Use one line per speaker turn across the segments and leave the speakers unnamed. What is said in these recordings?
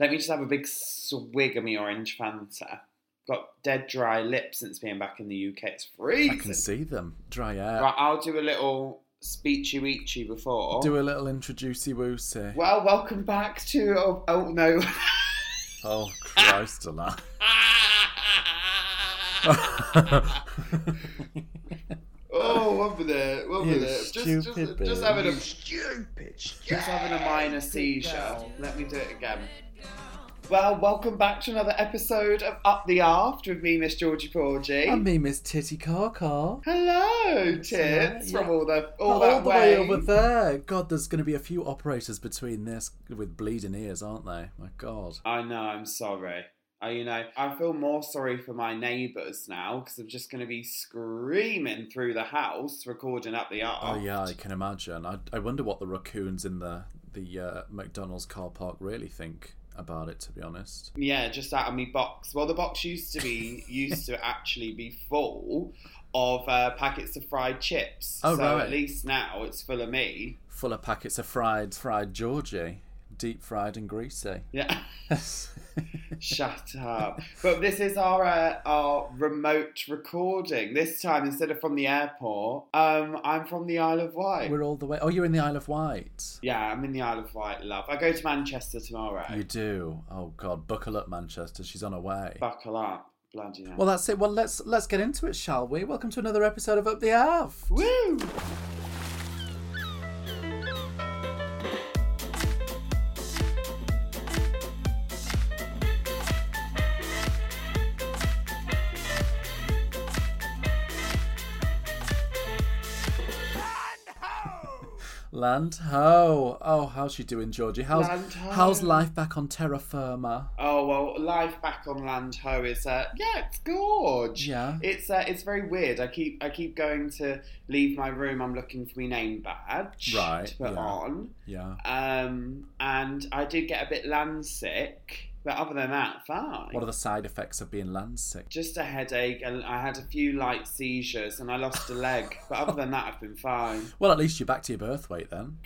Let me just have a big swig of my orange Fanta. Got dead dry lips since being back in the UK. It's
I can
freezing.
see them. Dry air.
Right, I'll do a little speechy weechy before.
Do a little introducey woosey.
well, welcome back to. Oh, oh no.
Oh, Christ alive.
oh, what with it? What with
You
it? Just, just,
stupid
just having a.
Stupid.
Just having a minor seizure. Let me do it again. Well, welcome back to another episode of Up the Aft with me, Miss Georgie Porgy.
I mean, Miss Titty Car Car.
Hello, tits
alright, uh, yeah.
from all the all
All,
that
the
way.
way over there. God, there's going to be a few operators between this with bleeding ears, aren't they? My God.
I know. I'm sorry. I, you know, I feel more sorry for my neighbours now because I'm just going to be screaming through the house, recording up the aft.
Oh yeah, I can imagine. I, I wonder what the raccoons in the the uh, McDonald's car park really think about it. To be honest,
Yeah, just out of me box. Well, the box used to be used to actually be full of uh, packets of fried chips.
Oh,
so
right.
at least now it's full of me.
full of packets of fried fried Georgie, deep fried and greasy.
Yeah. Shut up. But this is our uh, our remote recording. This time, instead of from the airport, um, I'm from the Isle of Wight.
We're all the way. Oh, you're in the Isle of Wight.
Yeah, I'm in the Isle of Wight, love. I go to Manchester tomorrow.
You do. Oh God, buckle up, Manchester. She's on her way.
Buckle up. Bloody hell.
Well, that's it. Well, let's let's get into it, shall we? Welcome to another episode of Up the Aft.
Woo!
Land ho! Oh, how's she doing, Georgie? How's
Land ho.
how's life back on terra firma?
Oh well, life back on land ho is uh, yeah, it's gorge.
Yeah.
it's uh, it's very weird. I keep I keep going to leave my room. I'm looking for my name badge
Right,
to put
yeah.
on,
Yeah.
um, and I do get a bit land sick, but other than that, fine.
What are the side effects of being land sick?
Just a headache, and I had a few light seizures, and I lost a leg. but other than that, I've been fine.
Well, at least you're back to your birth weight then.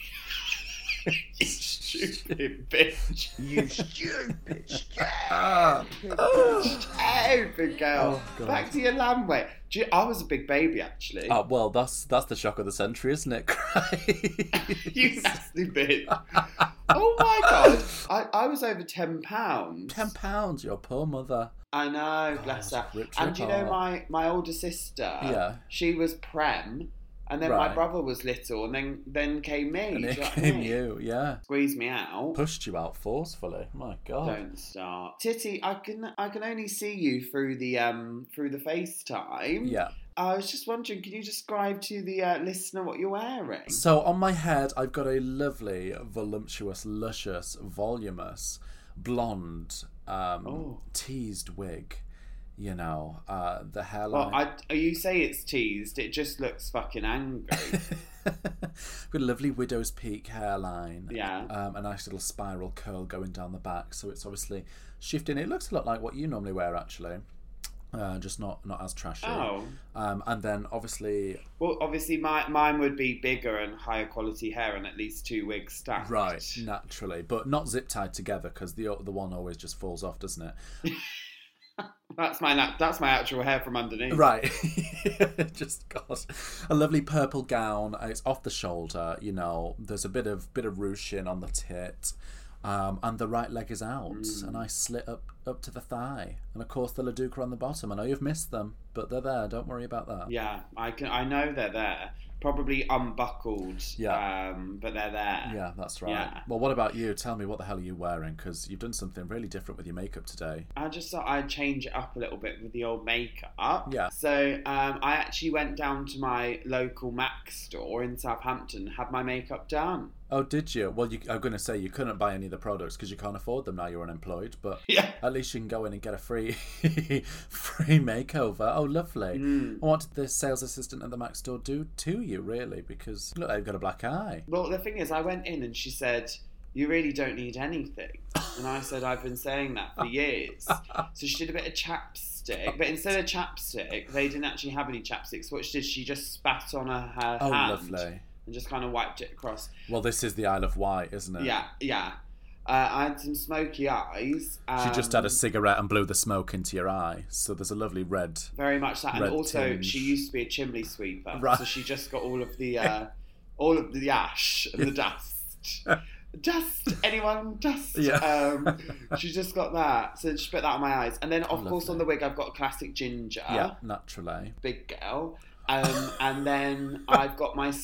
Stupid bitch.
You stupid.
Ah.
Ah.
Stupid girl.
Oh, God.
Back to your land weight. Do you, I was a big baby actually.
Ah, well, that's that's the shock of the century, isn't it? Christ.
You nasty bitch. oh my god. I, I was over ten pounds.
Ten pounds, your poor mother.
I know, bless her.
God, Oh, ripped her
And you know my,
apart.
my older sister
Yeah.
she was prem and then my
Right.
brother was little and then then came me.
And
do
it
you know what I
came
mean?
you, yeah.
Squeeze me out.
Pushed you out forcefully. My God.
Don't start. Titty, I can I can only see you through the um through the FaceTime.
Yeah.
I was just wondering, can you describe to the uh, listener what you're wearing?
So on my head, I've got a lovely, voluptuous, luscious, voluminous, blonde, um,
Oh.
teased wig. You know, uh, the hairline.
Well, I, uh, you say it's teased, it just looks fucking angry.
Got a lovely widow's peak hairline.
Yeah.
Um, a nice little spiral curl going down the back, so it's obviously shifting. It looks a lot like what you normally wear, actually, uh, just not not as trashy.
oh.
Um, and then obviously,
Well, obviously, my, mine would be bigger and higher quality hair and at least two wigs stacked.
right, naturally, but not zip tied together because the o- the one always just falls off, doesn't it?
That's my na- that's my actual hair from underneath.
Right. Just God. A lovely purple gown. uh, It's off the shoulder, you know. There's a bit of bit of ruching on the tit. Um, and the right leg is out, and I slit up up to the thigh, and of course the Laduca on the bottom. I know you've missed them, but they're there. Don't worry about that.
Yeah, I can. I know they're there. Probably unbuckled.
Yeah.
Um, but they're there.
Yeah, that's right.
Yeah.
Well, what about you? Tell me what the hell are you wearing? Because you've done something really different with your makeup today.
I just thought I'd change it up a little bit with the old makeup.
Yeah.
So um, I actually went down to my local Mac store in Southampton, had my makeup done.
Oh, did you? Well, you, I'm going to say you couldn't buy any of the products because you can't afford them now. You're unemployed, but
Yeah.
At least you can go in and get a free free makeover. Oh, lovely.
Mm.
What did the sales assistant at the Mac store do to you, really? Because look, they've got a black eye.
Well, the thing is, I went in and she said, "You really don't need anything," and I said, "I've been saying that for years." So she did a bit of chapstick, but instead of chapstick, they didn't actually have any chapsticks. What she did, she just spat on her, her
Oh,
hand
lovely.
and just kind of wiped it across.
Well, this is the Isle of Wight, isn't it?
Yeah, yeah. Uh, I had some smoky eyes. Um,
She just had a cigarette and blew the smoke into your eye. So there's a lovely red.
very much that, and
red
also
tinge.
she used to be a chimney sweeper,
Right.
so she just got all of the uh, all of the ash and the dust. Dust, anyone, dust.
Yeah.
Um, she just got that, so she put that on my eyes, and then of course
Lovely.
on the wig I've got a classic ginger,
yeah, naturally.
big girl, um, and then I've got my.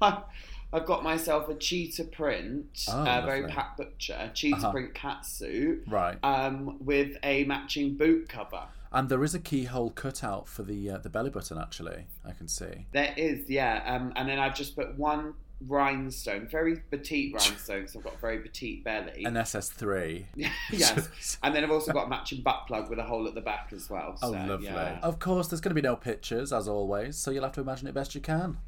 I've got myself a cheetah print,
Oh,
uh, very
lovely.
Pat Butcher, cheetah
Uh-huh.
print catsuit,
Right.
um, with a matching boot cover.
And there is a keyhole cutout for the uh, the belly button. Actually, I can see.
There is, yeah. Um, and then I've just put one rhinestone, very petite rhinestone, because I've got a very petite belly.
An SS3.
yes. And then I've also got a matching butt plug with a hole at the back as well.
Oh,
So,
lovely.
yeah.
Of course, there's going to be no pictures, as always, so you'll have to imagine it best you can.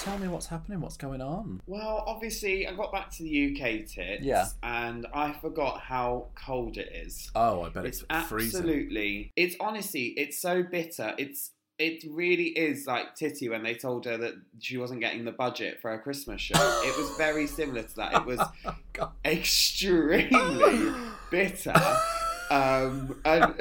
Tell me what's happening, what's going on.
Well, obviously, I got back to the UK tits,
Yeah.
and I forgot how cold it is.
Oh, I bet it's,
it's
freezing.
absolutely. It's honestly, it's so bitter. It's it really is like Titty when they told her that she wasn't getting the budget for her Christmas show. it was very similar to that. It was
Oh, God.
extremely bitter. Um, and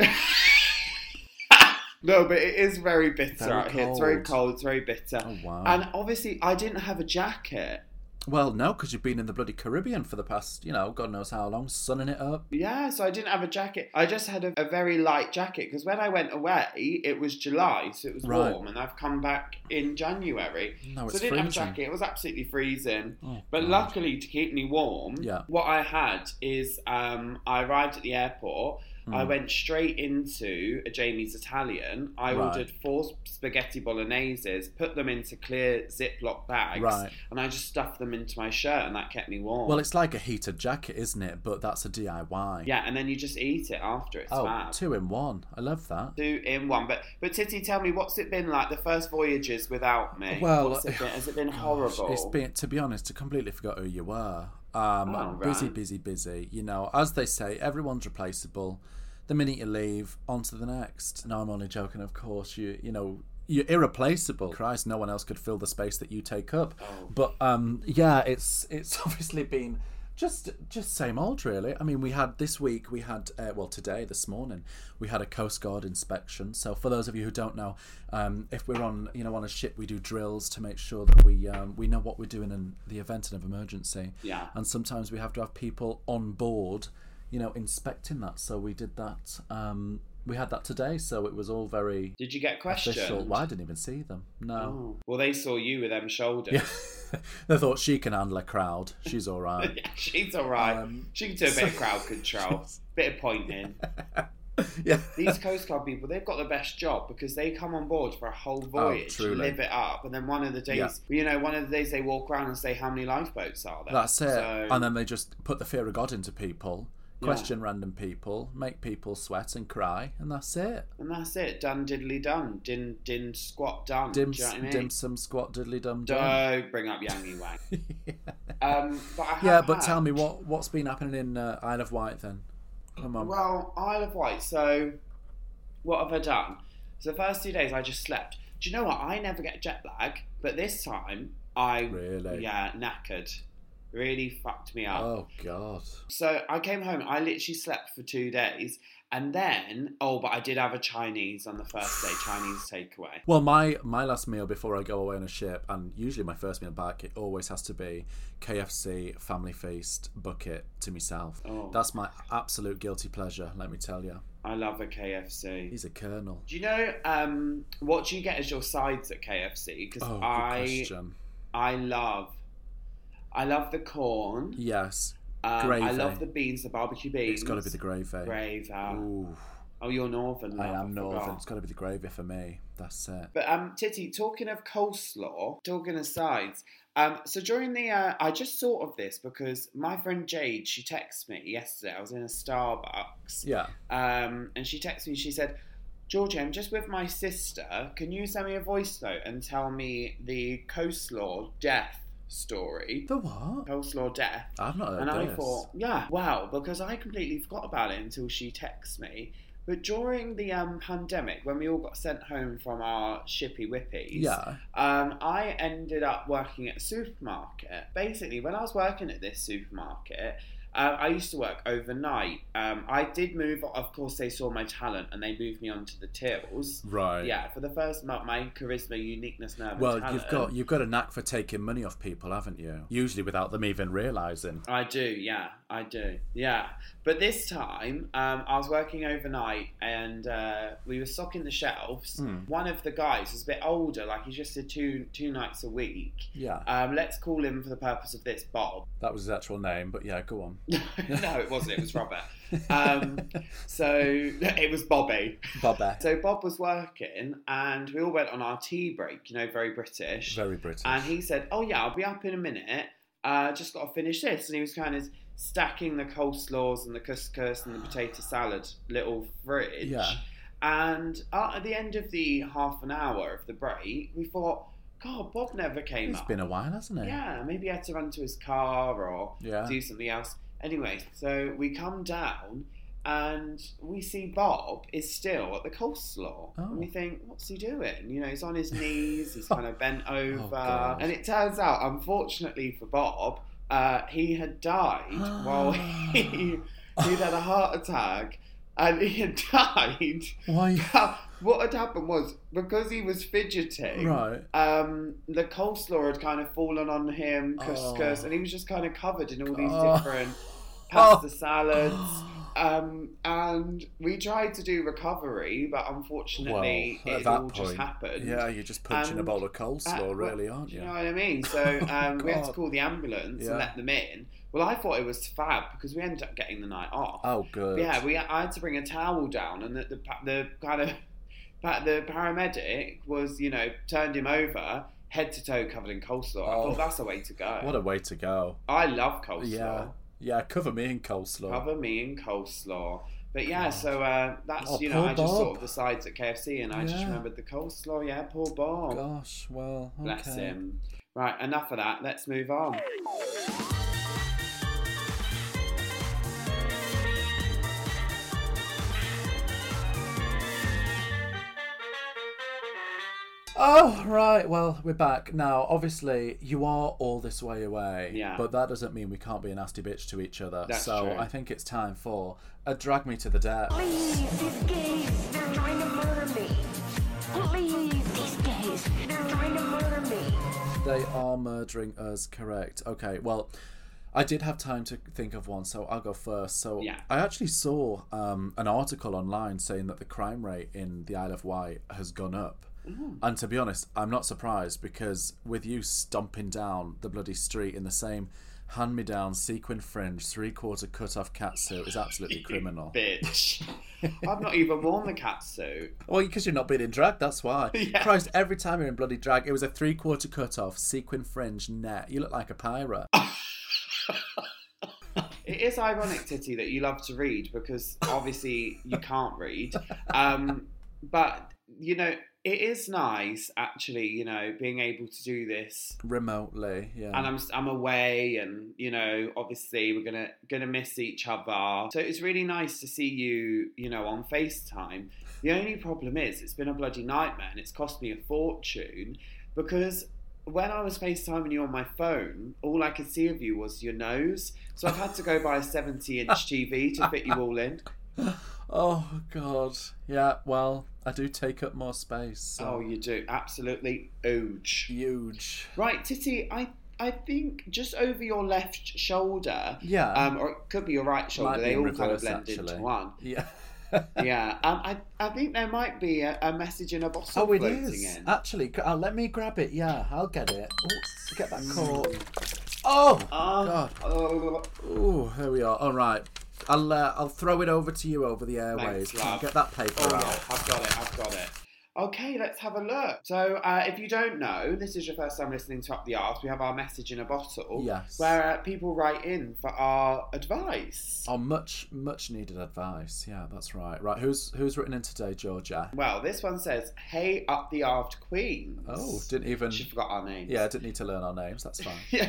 no, but it is very bitter
Very
out here. It's very
cold.
cold. It's very bitter.
Oh, wow.
And obviously, I didn't have a jacket.
Well, no, because you've been in the bloody Caribbean for the past, you know, God knows how long, sunning it up.
Yeah, so I didn't have a jacket. I just had a, a very light jacket because when I went away, it was July, so it was
Right.
warm, and I've come back in January.
No,
so
it's
I didn't
freezing.
have a jacket. It was absolutely freezing.
Oh,
But
God.
luckily, to keep me warm,
Yeah.
what I had is um, I arrived at the airport. I
Mm.
went straight into a Jamie's Italian. I
Right.
ordered four spaghetti bolognese's, put them into clear Ziploc bags,
Right.
and I just stuffed them into my shirt, and that kept me warm.
Well, it's like a heated jacket, isn't it? But that's a DIY.
yeah, and then you just eat it after. It's
Oh,
fab.
two in one. I love that.
Two in one. But but Titty, tell me, what's it been like the first voyages without me?
Well,
What's it been? has it been
Gosh,
horrible?
It's been, to be honest, I completely forgot who you were. Um,
Oh,
Busy,
right.
busy, busy. You know, as they say, everyone's replaceable. The minute you leave, on to the next. No, I'm only joking, of course. You, you know, you're irreplaceable. Christ, no one else could fill the space that you take up.
Oh.
But um, yeah, it's it's obviously been just just same old, really. I mean, we had this week, we had uh, well today, this morning, we had a Coast Guard inspection. So for those of you who don't know, um, if we're on you know on a ship, we do drills to make sure that we um, we know what we're doing in the event of an emergency.
Yeah.
And sometimes we have to have people on board, you know, inspecting that. So we did that. Um, we had that today, so it was all very
Did you get questioned?
official. Well, I didn't even see them. No.
Oh. Well, they saw you with them shoulders.
um, Yeah. they thought she can handle a crowd. She's all right.
Yeah, she's all right.
Um,
she can do a bit of
so-
crowd control, bit of pointing.
yeah.
These Coast Guard people, they've got the best job because they come on board for a whole voyage,
Oh, truly.
live it up, and then one of the days,
Yeah.
you know, one of the days they walk around and say how many lifeboats are there.
That's it.
So-
And then they just put the fear of God into people,
Yeah.
question random people, make people sweat and cry, and that's it.
and that's it. Done diddly done. Din din squat done.
Dim,
do you know what I mean?
dim sum squat diddly dum dum.
Don't bring up Yangy Wang. Um, but I have
Yeah, but
had-
tell me what what's been happening in uh, Isle of Wight then? Come on.
Well, Isle of Wight. So, what have I done? So the first two days I just slept. Do you know what? I never get jet lag, but this time I
Really?
yeah knackered, really fucked me up.
Oh God.
So I came home. I literally slept for two days, and then oh, but I did have a Chinese on the first day. Chinese takeaway.
Well, my my last meal before I go away on a ship, and usually my first meal back, it always has to be KFC family feast bucket to myself.
Oh,
That's my absolute guilty pleasure. Let me tell you,
I love a KFC.
he's a colonel.
Do you know um, what do you get as your sides at KFC? Because
Oh, good
I
question.
I love I love the corn.
Yes,
Um, I
Gravy.
love the beans, the barbecue beans.
it's got to be the gravy.
gravy.
Ooh,
Oh, you're northern.
I
love,
am
forgot.
northern. It's got to be the gravy for me. That's it.
But um, Titty, talking of coleslaw, talking of sides. Um, so during the, uh, I just thought of this because my friend Jade, she texted me yesterday. I was in a Starbucks,
Yeah.
um, and she texted me. She said, "Georgie, I'm just with my sister. Can you send me a voice note and tell me the coleslaw death story?
The what?
Coleslaw death."
I've not heard
and I
this.
thought, yeah, wow, because I completely forgot about it until she texts me. But during the um, pandemic, when we all got sent home from our shippy whippies,
yeah.
um, I ended up working at a supermarket. Basically, when I was working at this supermarket, Uh, I used to work overnight. Um, I did move. Of course, they saw my talent and they moved me on to the tills.
Right.
Yeah, for the first month, my charisma, uniqueness, nerve. and
Well, you've
talent-
got you've got a knack for taking money off people, haven't you? Usually without them even realizing.
I do, yeah, I do, yeah. But this time, um, I was working overnight and uh, we were stocking the shelves.
Hmm.
One of the guys was a bit older, like he just did two two nights a week.
Yeah,
Um, let's call him for the purpose of this, Bob.
that was his actual name, but yeah, go on.
no, it wasn't. It was Robert. Um, so it was Bobby.
Bobette.
So Bob was working, and we all went on our tea break. You know, very British.
Very British.
And he said, "Oh yeah, I'll be up in a minute. Uh, just got to finish this." And he was kind of stacking the coleslaws and the couscous and the potato salad little fridge.
Yeah.
And uh, at the end of the half an hour of the break, we thought, "God, Bob never came
It's
up."
been a while, hasn't it?
yeah, maybe he had to run to his car or
Yeah.
do something else. Anyway, so we come down and we see Bob is still at the coleslaw.
Oh.
And we think, what's he doing? You know, he's on his knees, he's kind of bent
Oh,
over.
God.
and it turns out, unfortunately for Bob, uh, he had died while he, he'd had a heart attack and he had died.
Why?
what had happened was because he was fidgeting
Right.
um, the coleslaw had kind of fallen on him, couscous,
Oh.
and he was just kind of covered in all these
God.
different
Oh.
pasta salads. Um, and we tried to do recovery, but unfortunately,
Well, at
it
that
all just
point,
happened.
yeah, you're just punching a
And-
bowl of
Uh,
coleslaw,
well,
really, aren't
Do
you?
you know what I mean? So um, we had to
Oh, God.
call the ambulance
Yeah.
and let them in. Well, I thought it was fab because we ended up getting the night off.
Oh, good.
Yeah, we. I had to bring a towel down, and the the, pa- the kind of pa- the paramedic was, you know, turned him over, head to toe covered in coleslaw. I
Oh.
thought that's the way to go.
What a way to go.
I love coleslaw.
Yeah. Yeah, cover me in coleslaw.
Cover me in coleslaw. But yeah,
God.
so uh, that's
Oh,
you know,
poor
I just
Bob.
sort of the sides at KFC, and I just
Yeah.
remembered the coleslaw. Yeah, poor Bob.
Gosh, well, okay.
Bless him. Right, enough of that. Let's move on.
Oh, right. Well, we're back. Now, obviously, you are all this way away.
Yeah.
But that doesn't mean we can't be a nasty bitch to each other.
That's
so
true.
I think it's time for a drag me to the death.
Please, these gays, they're trying to murder me. Please, these gays, they're trying to murder me.
They are murdering us, correct. Okay, well, I did have time to think of one, so I'll go first. So
Yeah.
I actually saw um, an article online saying that the crime rate in the Isle of Wight has gone up.
Mm.
And to be honest, I'm not surprised because with you stomping down the bloody street in the same hand me down sequin fringe, three quarter cut off catsuit is absolutely criminal.
Bitch. I've not even worn the catsuit.
Well, because you're not being in drag, that's why.
Yeah.
Christ, every time you're in bloody drag, it was a three quarter cut off, sequin fringe, net. You look like a pirate.
It is ironic, Titty, that you love to read because obviously you can't read. Um, but, you know, it is nice actually, you know, being able to do this.
remotely yeah
And I'm, I'm away, and you know, obviously we're gonna gonna miss each other. So it's really nice to see you, you know, on FaceTime. The only problem is it's been a bloody nightmare, and it's cost me a fortune because when I was FaceTiming you on my phone, all I could see of you was your nose. So I've had to go buy a 70 inch TV to fit you all in.
oh god yeah well i do take up more space so
Oh, you do. Absolutely huge.
huge
Right, Titty, I, I think just over your left shoulder,
yeah
um, or it could be your right shoulder,
be
they
in
all kind of
reverse,
blend into
actually.
one.
yeah
Yeah, um, I, I think there might be a, a message in a bottle
oh it
floating
is
in.
actually g- uh, let me grab it yeah i'll get it Ooh, get that cork oh
Oh,
god
oh,
Ooh, here we are all right i'll uh, i'll throw it over to you over the airways
love.
Come on, get that paper
Oh,
out
yeah, I've got it. I've got it. Okay, let's have a look. So, uh, if you don't know, this is your first time listening to Up the Arse. We have our message in a bottle,
Yes.
where uh, people write in for our advice.
Oh, much, much needed advice. Yeah, that's right. Right, who's who's written in today, Georgia?
Well, this one says, "Hey, Up the Arved Queens."
Oh, didn't even.
she forgot our names.
Yeah, didn't need to learn our names. That's fine.
Yeah.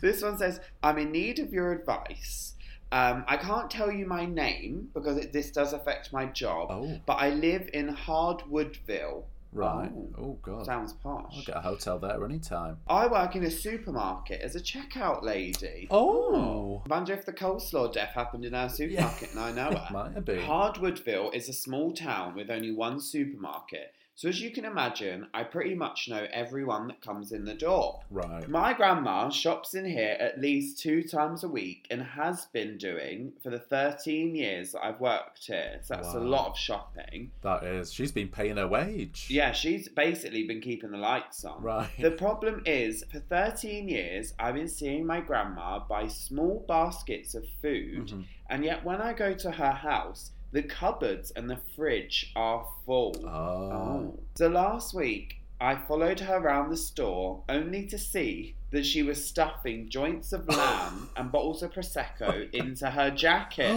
this one says, I'm in need of your advice. Um, I can't tell you my name because it, this does affect my job,
Oh,
but I live in Hardwoodville.
Right.
Oh.
Oh, God.
Sounds posh.
I'll get a hotel there anytime.
I work in a supermarket as a checkout lady.
Oh.
Wonder if the coleslaw death happened in our supermarket and I know
It
it.
might have been.
Hardwoodville is a small town with only one supermarket. So, as you can imagine, I pretty much know everyone that comes in the door.
Right.
My grandma shops in here at least two times a week and has been doing for the 13 years that I've worked here. So, that's a
Wow.
lot of shopping.
That is. She's been paying her wage.
Yeah, she's basically been keeping the lights on.
Right.
The problem is, for 13 years, I've been seeing my grandma buy small baskets of food,
Mhm.
and yet when I go to her house, the cupboards and the fridge are full.
Oh.
So last week, I followed her around the store only to see that she was stuffing joints of lamb and bottles of Prosecco into her jacket.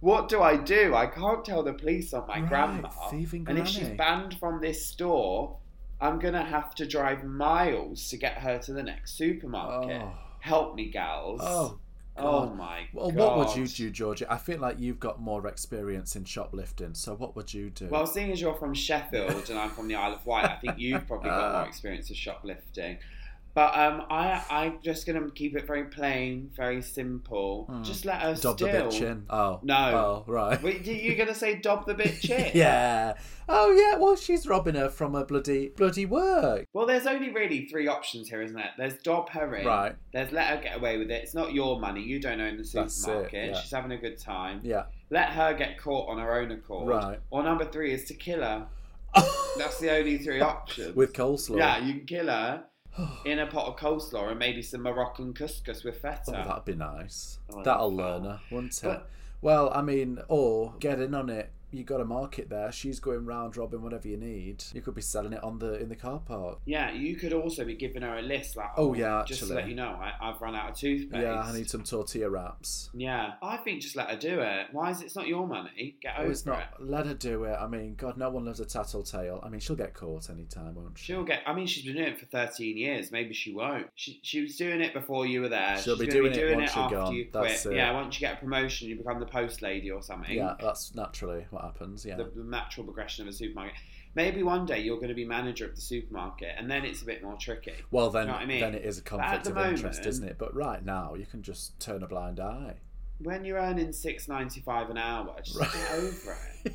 What do I do? I can't tell the police on my
Right,
grandma.
thieving
and if she's
granny.
banned from this store, I'm going to have to drive miles to get her to the next supermarket.
Oh.
Help me, gals.
Oh.
Oh
God.
my
Well,
God.
what would you do, Georgie? I feel like you've got more experience in shoplifting. So, what would you do?
Well, seeing as you're from Sheffield and I'm from the Isle of Wight, I think you've probably got
Ah.
more experience of shoplifting. But um, I, I'm just going to keep it very plain, very simple.
Hmm.
Just let her
Dob
steal.
the bitch in. Oh.
No.
Oh, right.
Wait, you- you're going to say dob the bitch in?
yeah. Oh, yeah. Well, she's robbing her from her bloody, bloody work.
Well, there's only really three options here, isn't it? There's dob her in.
Right.
There's let her get away with it. It's not your money. You don't own the
That's it,
supermarket.
yeah.
She's having a good time.
Yeah.
Let her get caught on her own accord.
Right.
Or number three is to kill her. That's the only three options.
With coleslaw.
Yeah, you can kill her in a pot of coleslaw and maybe some Moroccan couscous with
Oh,
feta.
that'd be nice.
Oh,
That'll
that'd
learn
be
her, won't it?
But-
well, I mean, or get in on it. You got a market there. She's going round robbing whatever you need. You could be selling it on the in the car park.
yeah, you could also be giving her a list like,
Oh, yeah,
just to
actually.
let you know, I, I've run out of toothpaste.
Yeah, I need some tortilla wraps.
Yeah, I think just let her do it. Why is it it's not your money? Get
Oh,
over
it's
it.
not. Let her do it. I mean, God, no one loves a tattletale. I mean, she'll get caught any time, won't she?
She'll get. I mean, she's been doing it for thirteen years. Maybe she won't. She, she was doing it before you were there.
She'll
She's
be
gonna
doing it once you're
after
gone.
you quit.
That's it.
Yeah, once you get a promotion, you become the post lady or something.
Yeah, that's naturally what happens. Yeah.
the, the natural progression of a supermarket. Maybe one day you're going to be manager of the supermarket, and then it's a bit more tricky.
well, then,
know what I mean?
then it is a
at
conflict
the
of interest,
moment-
isn't it? But right now, you can just turn a blind eye.
When you're earning six ninety five an hour, just
Right.
get over it.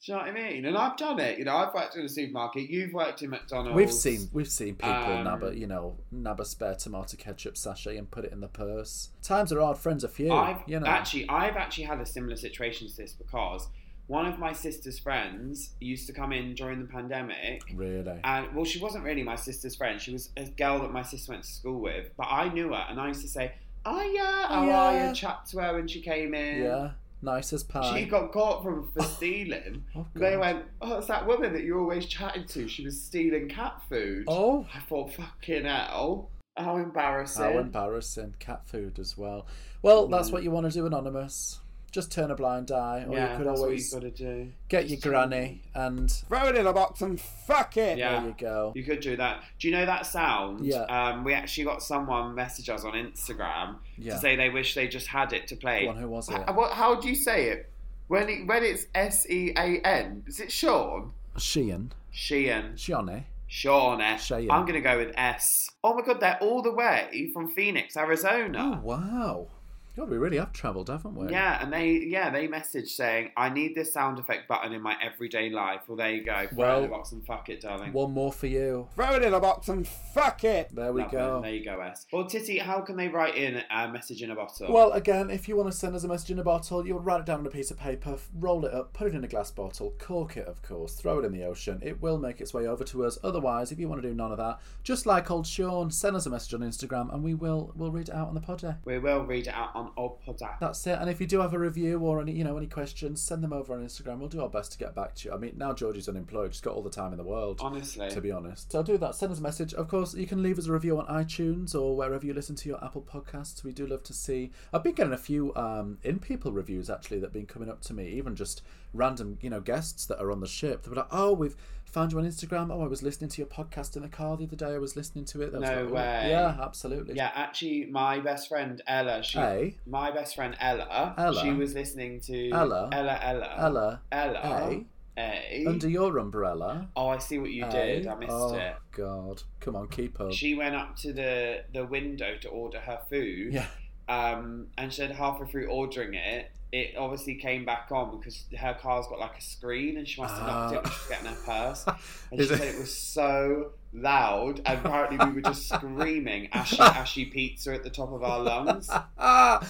Do you know what I mean? And I've done it. You know, I've worked in a supermarket. You've worked in McDonald's.
We've seen we've seen people
Um,
nab a you know nab a spare tomato ketchup sachet and put it in the purse. Times are hard, friends are few.
I've
you know,
actually, I've actually had a similar situation to this because one of my sister's friends used to come in during the pandemic.
really.
And well, she wasn't really my sister's friend. She was a girl that my sister went to school with, but I knew her, and I used to say, "Oh yeah, oh
Yeah.
yeah," chat to her when she came in.
yeah, nice as pie.
She got caught from for stealing.
oh,
They
God.
went, "Oh, it's that woman that you're always chatting to. She was stealing cat food."
oh,
I thought, "Fucking hell, how embarrassing!"
how embarrassing! Cat food as well. Well, that's
Mm.
what you want to do, anonymous. Just turn a blind eye, or
yeah,
you could
that's
always
what you've got to do.
get your granny and
Throw it in a box and fuck it.
Yeah.
there you go.
You could do that. Do you know that sound?
Yeah.
Um, we actually got someone message us on Instagram
Yeah.
to say they wish they just had it to play.
Go on, who was it?
H- what, how do you say it? When it, when it's S E A N, is it Sean?
Sheehan,
Sheehan.
Shionny.
Sean S.
Sheehan.
I'm going to go with S. Oh my god, they're all the way from Phoenix,
Oh
Arizona.
wow! God, we really have travelled, haven't we?
Yeah, and they yeah they messaged saying I need this sound effect button in my everyday life. Well, there you go. Throw it in the
Well,
box and fuck it, darling.
One more for you.
Throw it in a box and fuck it.
There we
Love it.
go.
There you go, S. Well, Titty, how can they write in a message in a bottle?
Well, again, if you want to send us a message in a bottle, you'll write it down on a piece of paper, f- roll it up, put it in a glass bottle, cork it, of course, throw it in the ocean. It will make its way over to us. Otherwise, if you want to do none of that, just like old Sean, send us a message on Instagram and we will we'll read it out on the pod. eh?
we will read it out on Old Podda.
That's it. And if you do have a review or any you know any questions, send them over on Instagram. We'll do our best to get back to you. I mean, now Georgie's unemployed, she's got all the time in the world.
Honestly.
to be honest. So do that. Send us a message. Of course, you can leave us a review on iTunes or wherever you listen to your Apple podcasts. We do love to see. I've been getting a few um, in people reviews actually that have been coming up to me, even just random, you know, guests that are on the ship. They're like, "Oh, we've found you on Instagram. Oh, I was listening to your podcast in the car the other day. I was listening to it. That was
No
like, "Oh,
way.
Yeah, absolutely.
yeah, actually, my best friend Ella, she,
Hey,
my best friend Ella,
Ella?
she was listening to
Ella?
Ella, Ella,
Ella.
Ella,
Hey.
A.
Under your umbrella.
oh, I see what you
eh?
did. I missed
oh,
it.
God. Come on, keep up.
She went up to the, the window to order her food.
yeah.
um, and she had halfway through ordering it, it obviously came back on because her car's got like a screen and she must have knocked it when she was getting her purse. And
Ah. Is
she
it-
said it was so loud, and apparently we were just screaming ashy, ashy pizza at the top of our lungs.
Ah!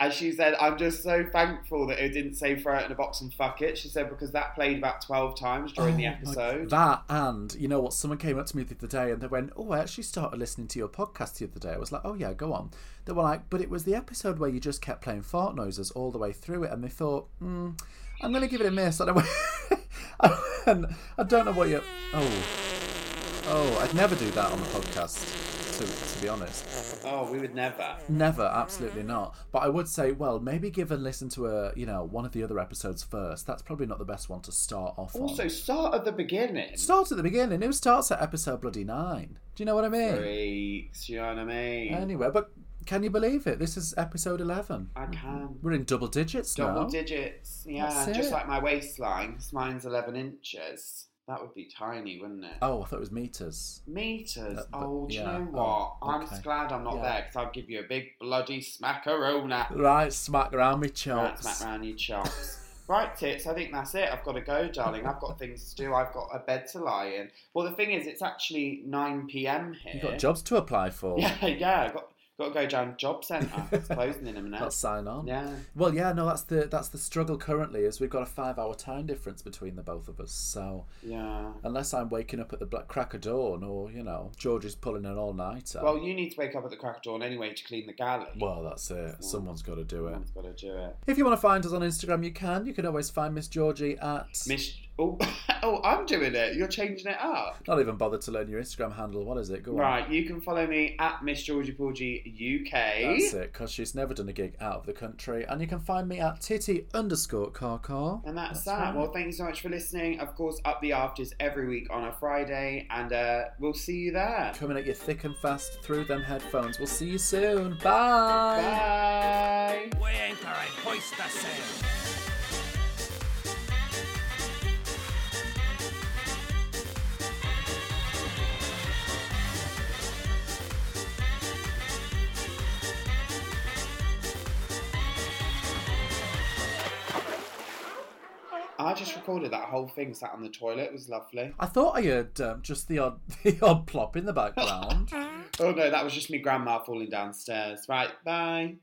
And she said, I'm just so thankful that it didn't say throw it in a box and fuck it. She said, because that played about 12 times during the
Oh my-
episode.
That and you know what? Someone came up to me the other day and they went, "Oh, I actually started listening to your podcast the other day." I was like, "Oh yeah, go on." They were like, "But it was the episode where you just kept playing fart noises all the way through it," and they thought, mm, "I'm going to give it a miss." And I went, and I don't know what you. Oh, oh, I'd never do that on the podcast. To, to be honest.
Oh, we would never.
Never, absolutely not. But I would say, well, maybe give a listen to a, you know, one of the other episodes first. That's probably not the best one to start off on.
Also, start at the beginning.
Start at the beginning. It starts at episode bloody nine. Do you know what I mean?
Freaks, you know what I mean?
Anyway, but can you believe it? This is episode eleven.
I can.
We're in double digits
Double
now.
digits, yeah.
That's
just
it.
like my waistline, 'cause mine's 11 inches. That would be tiny, wouldn't it?
oh, I thought it was meters.
Meters.
Uh, but-
oh, do
yeah,
you know
oh,
what? I'm
okay.
just glad I'm not
Yeah.
there because I'll give you a big bloody smackarona.
Right, smack round me
Right,
chops.
smack round your chops. right, tits. I think that's it. I've got to go, darling. I've got things to do. I've got a bed to lie in. Well, the thing is, it's actually 9 p.m. here.
You've got jobs to apply for.
Yeah, yeah. I've got got to go down job centre. It's closing in a
Let's
minute.
sign on.
Yeah.
Well, yeah, no, that's the that's the struggle currently is we've got a five hour time difference between the both of us. So
Yeah.
unless I'm waking up at the black crack of dawn, or you know, George is pulling an all nighter.
Well, you need to wake up at the crack of dawn anyway to clean the galley.
well, that's it. Someone's got to do it.
Someone's got to do it.
If you want to find us on Instagram, you can. You can always find Miss Georgie at.
Miss. Oh, oh, I'm doing it. You're changing it up.
Not even bothered to learn your Instagram handle. What is it? Go on.
Right, you can follow me at Miss Georgie Porgy UK.
That's it, because she's never done a gig out of the country. And you can find me at titty underscore car car.
And that's, that.
right.
Well, thank you so much for listening. Of course, up the afters every week on a Friday, and uh, we'll see you there.
Coming at you thick and fast through them headphones. We'll see you soon.
Bye.
We anchor and hoist the sail.
I just recorded that whole thing sat on the toilet. It was lovely.
I thought I heard um, just the odd, the odd plop in the background.
Oh no, that was just me grandma falling downstairs. Right, bye.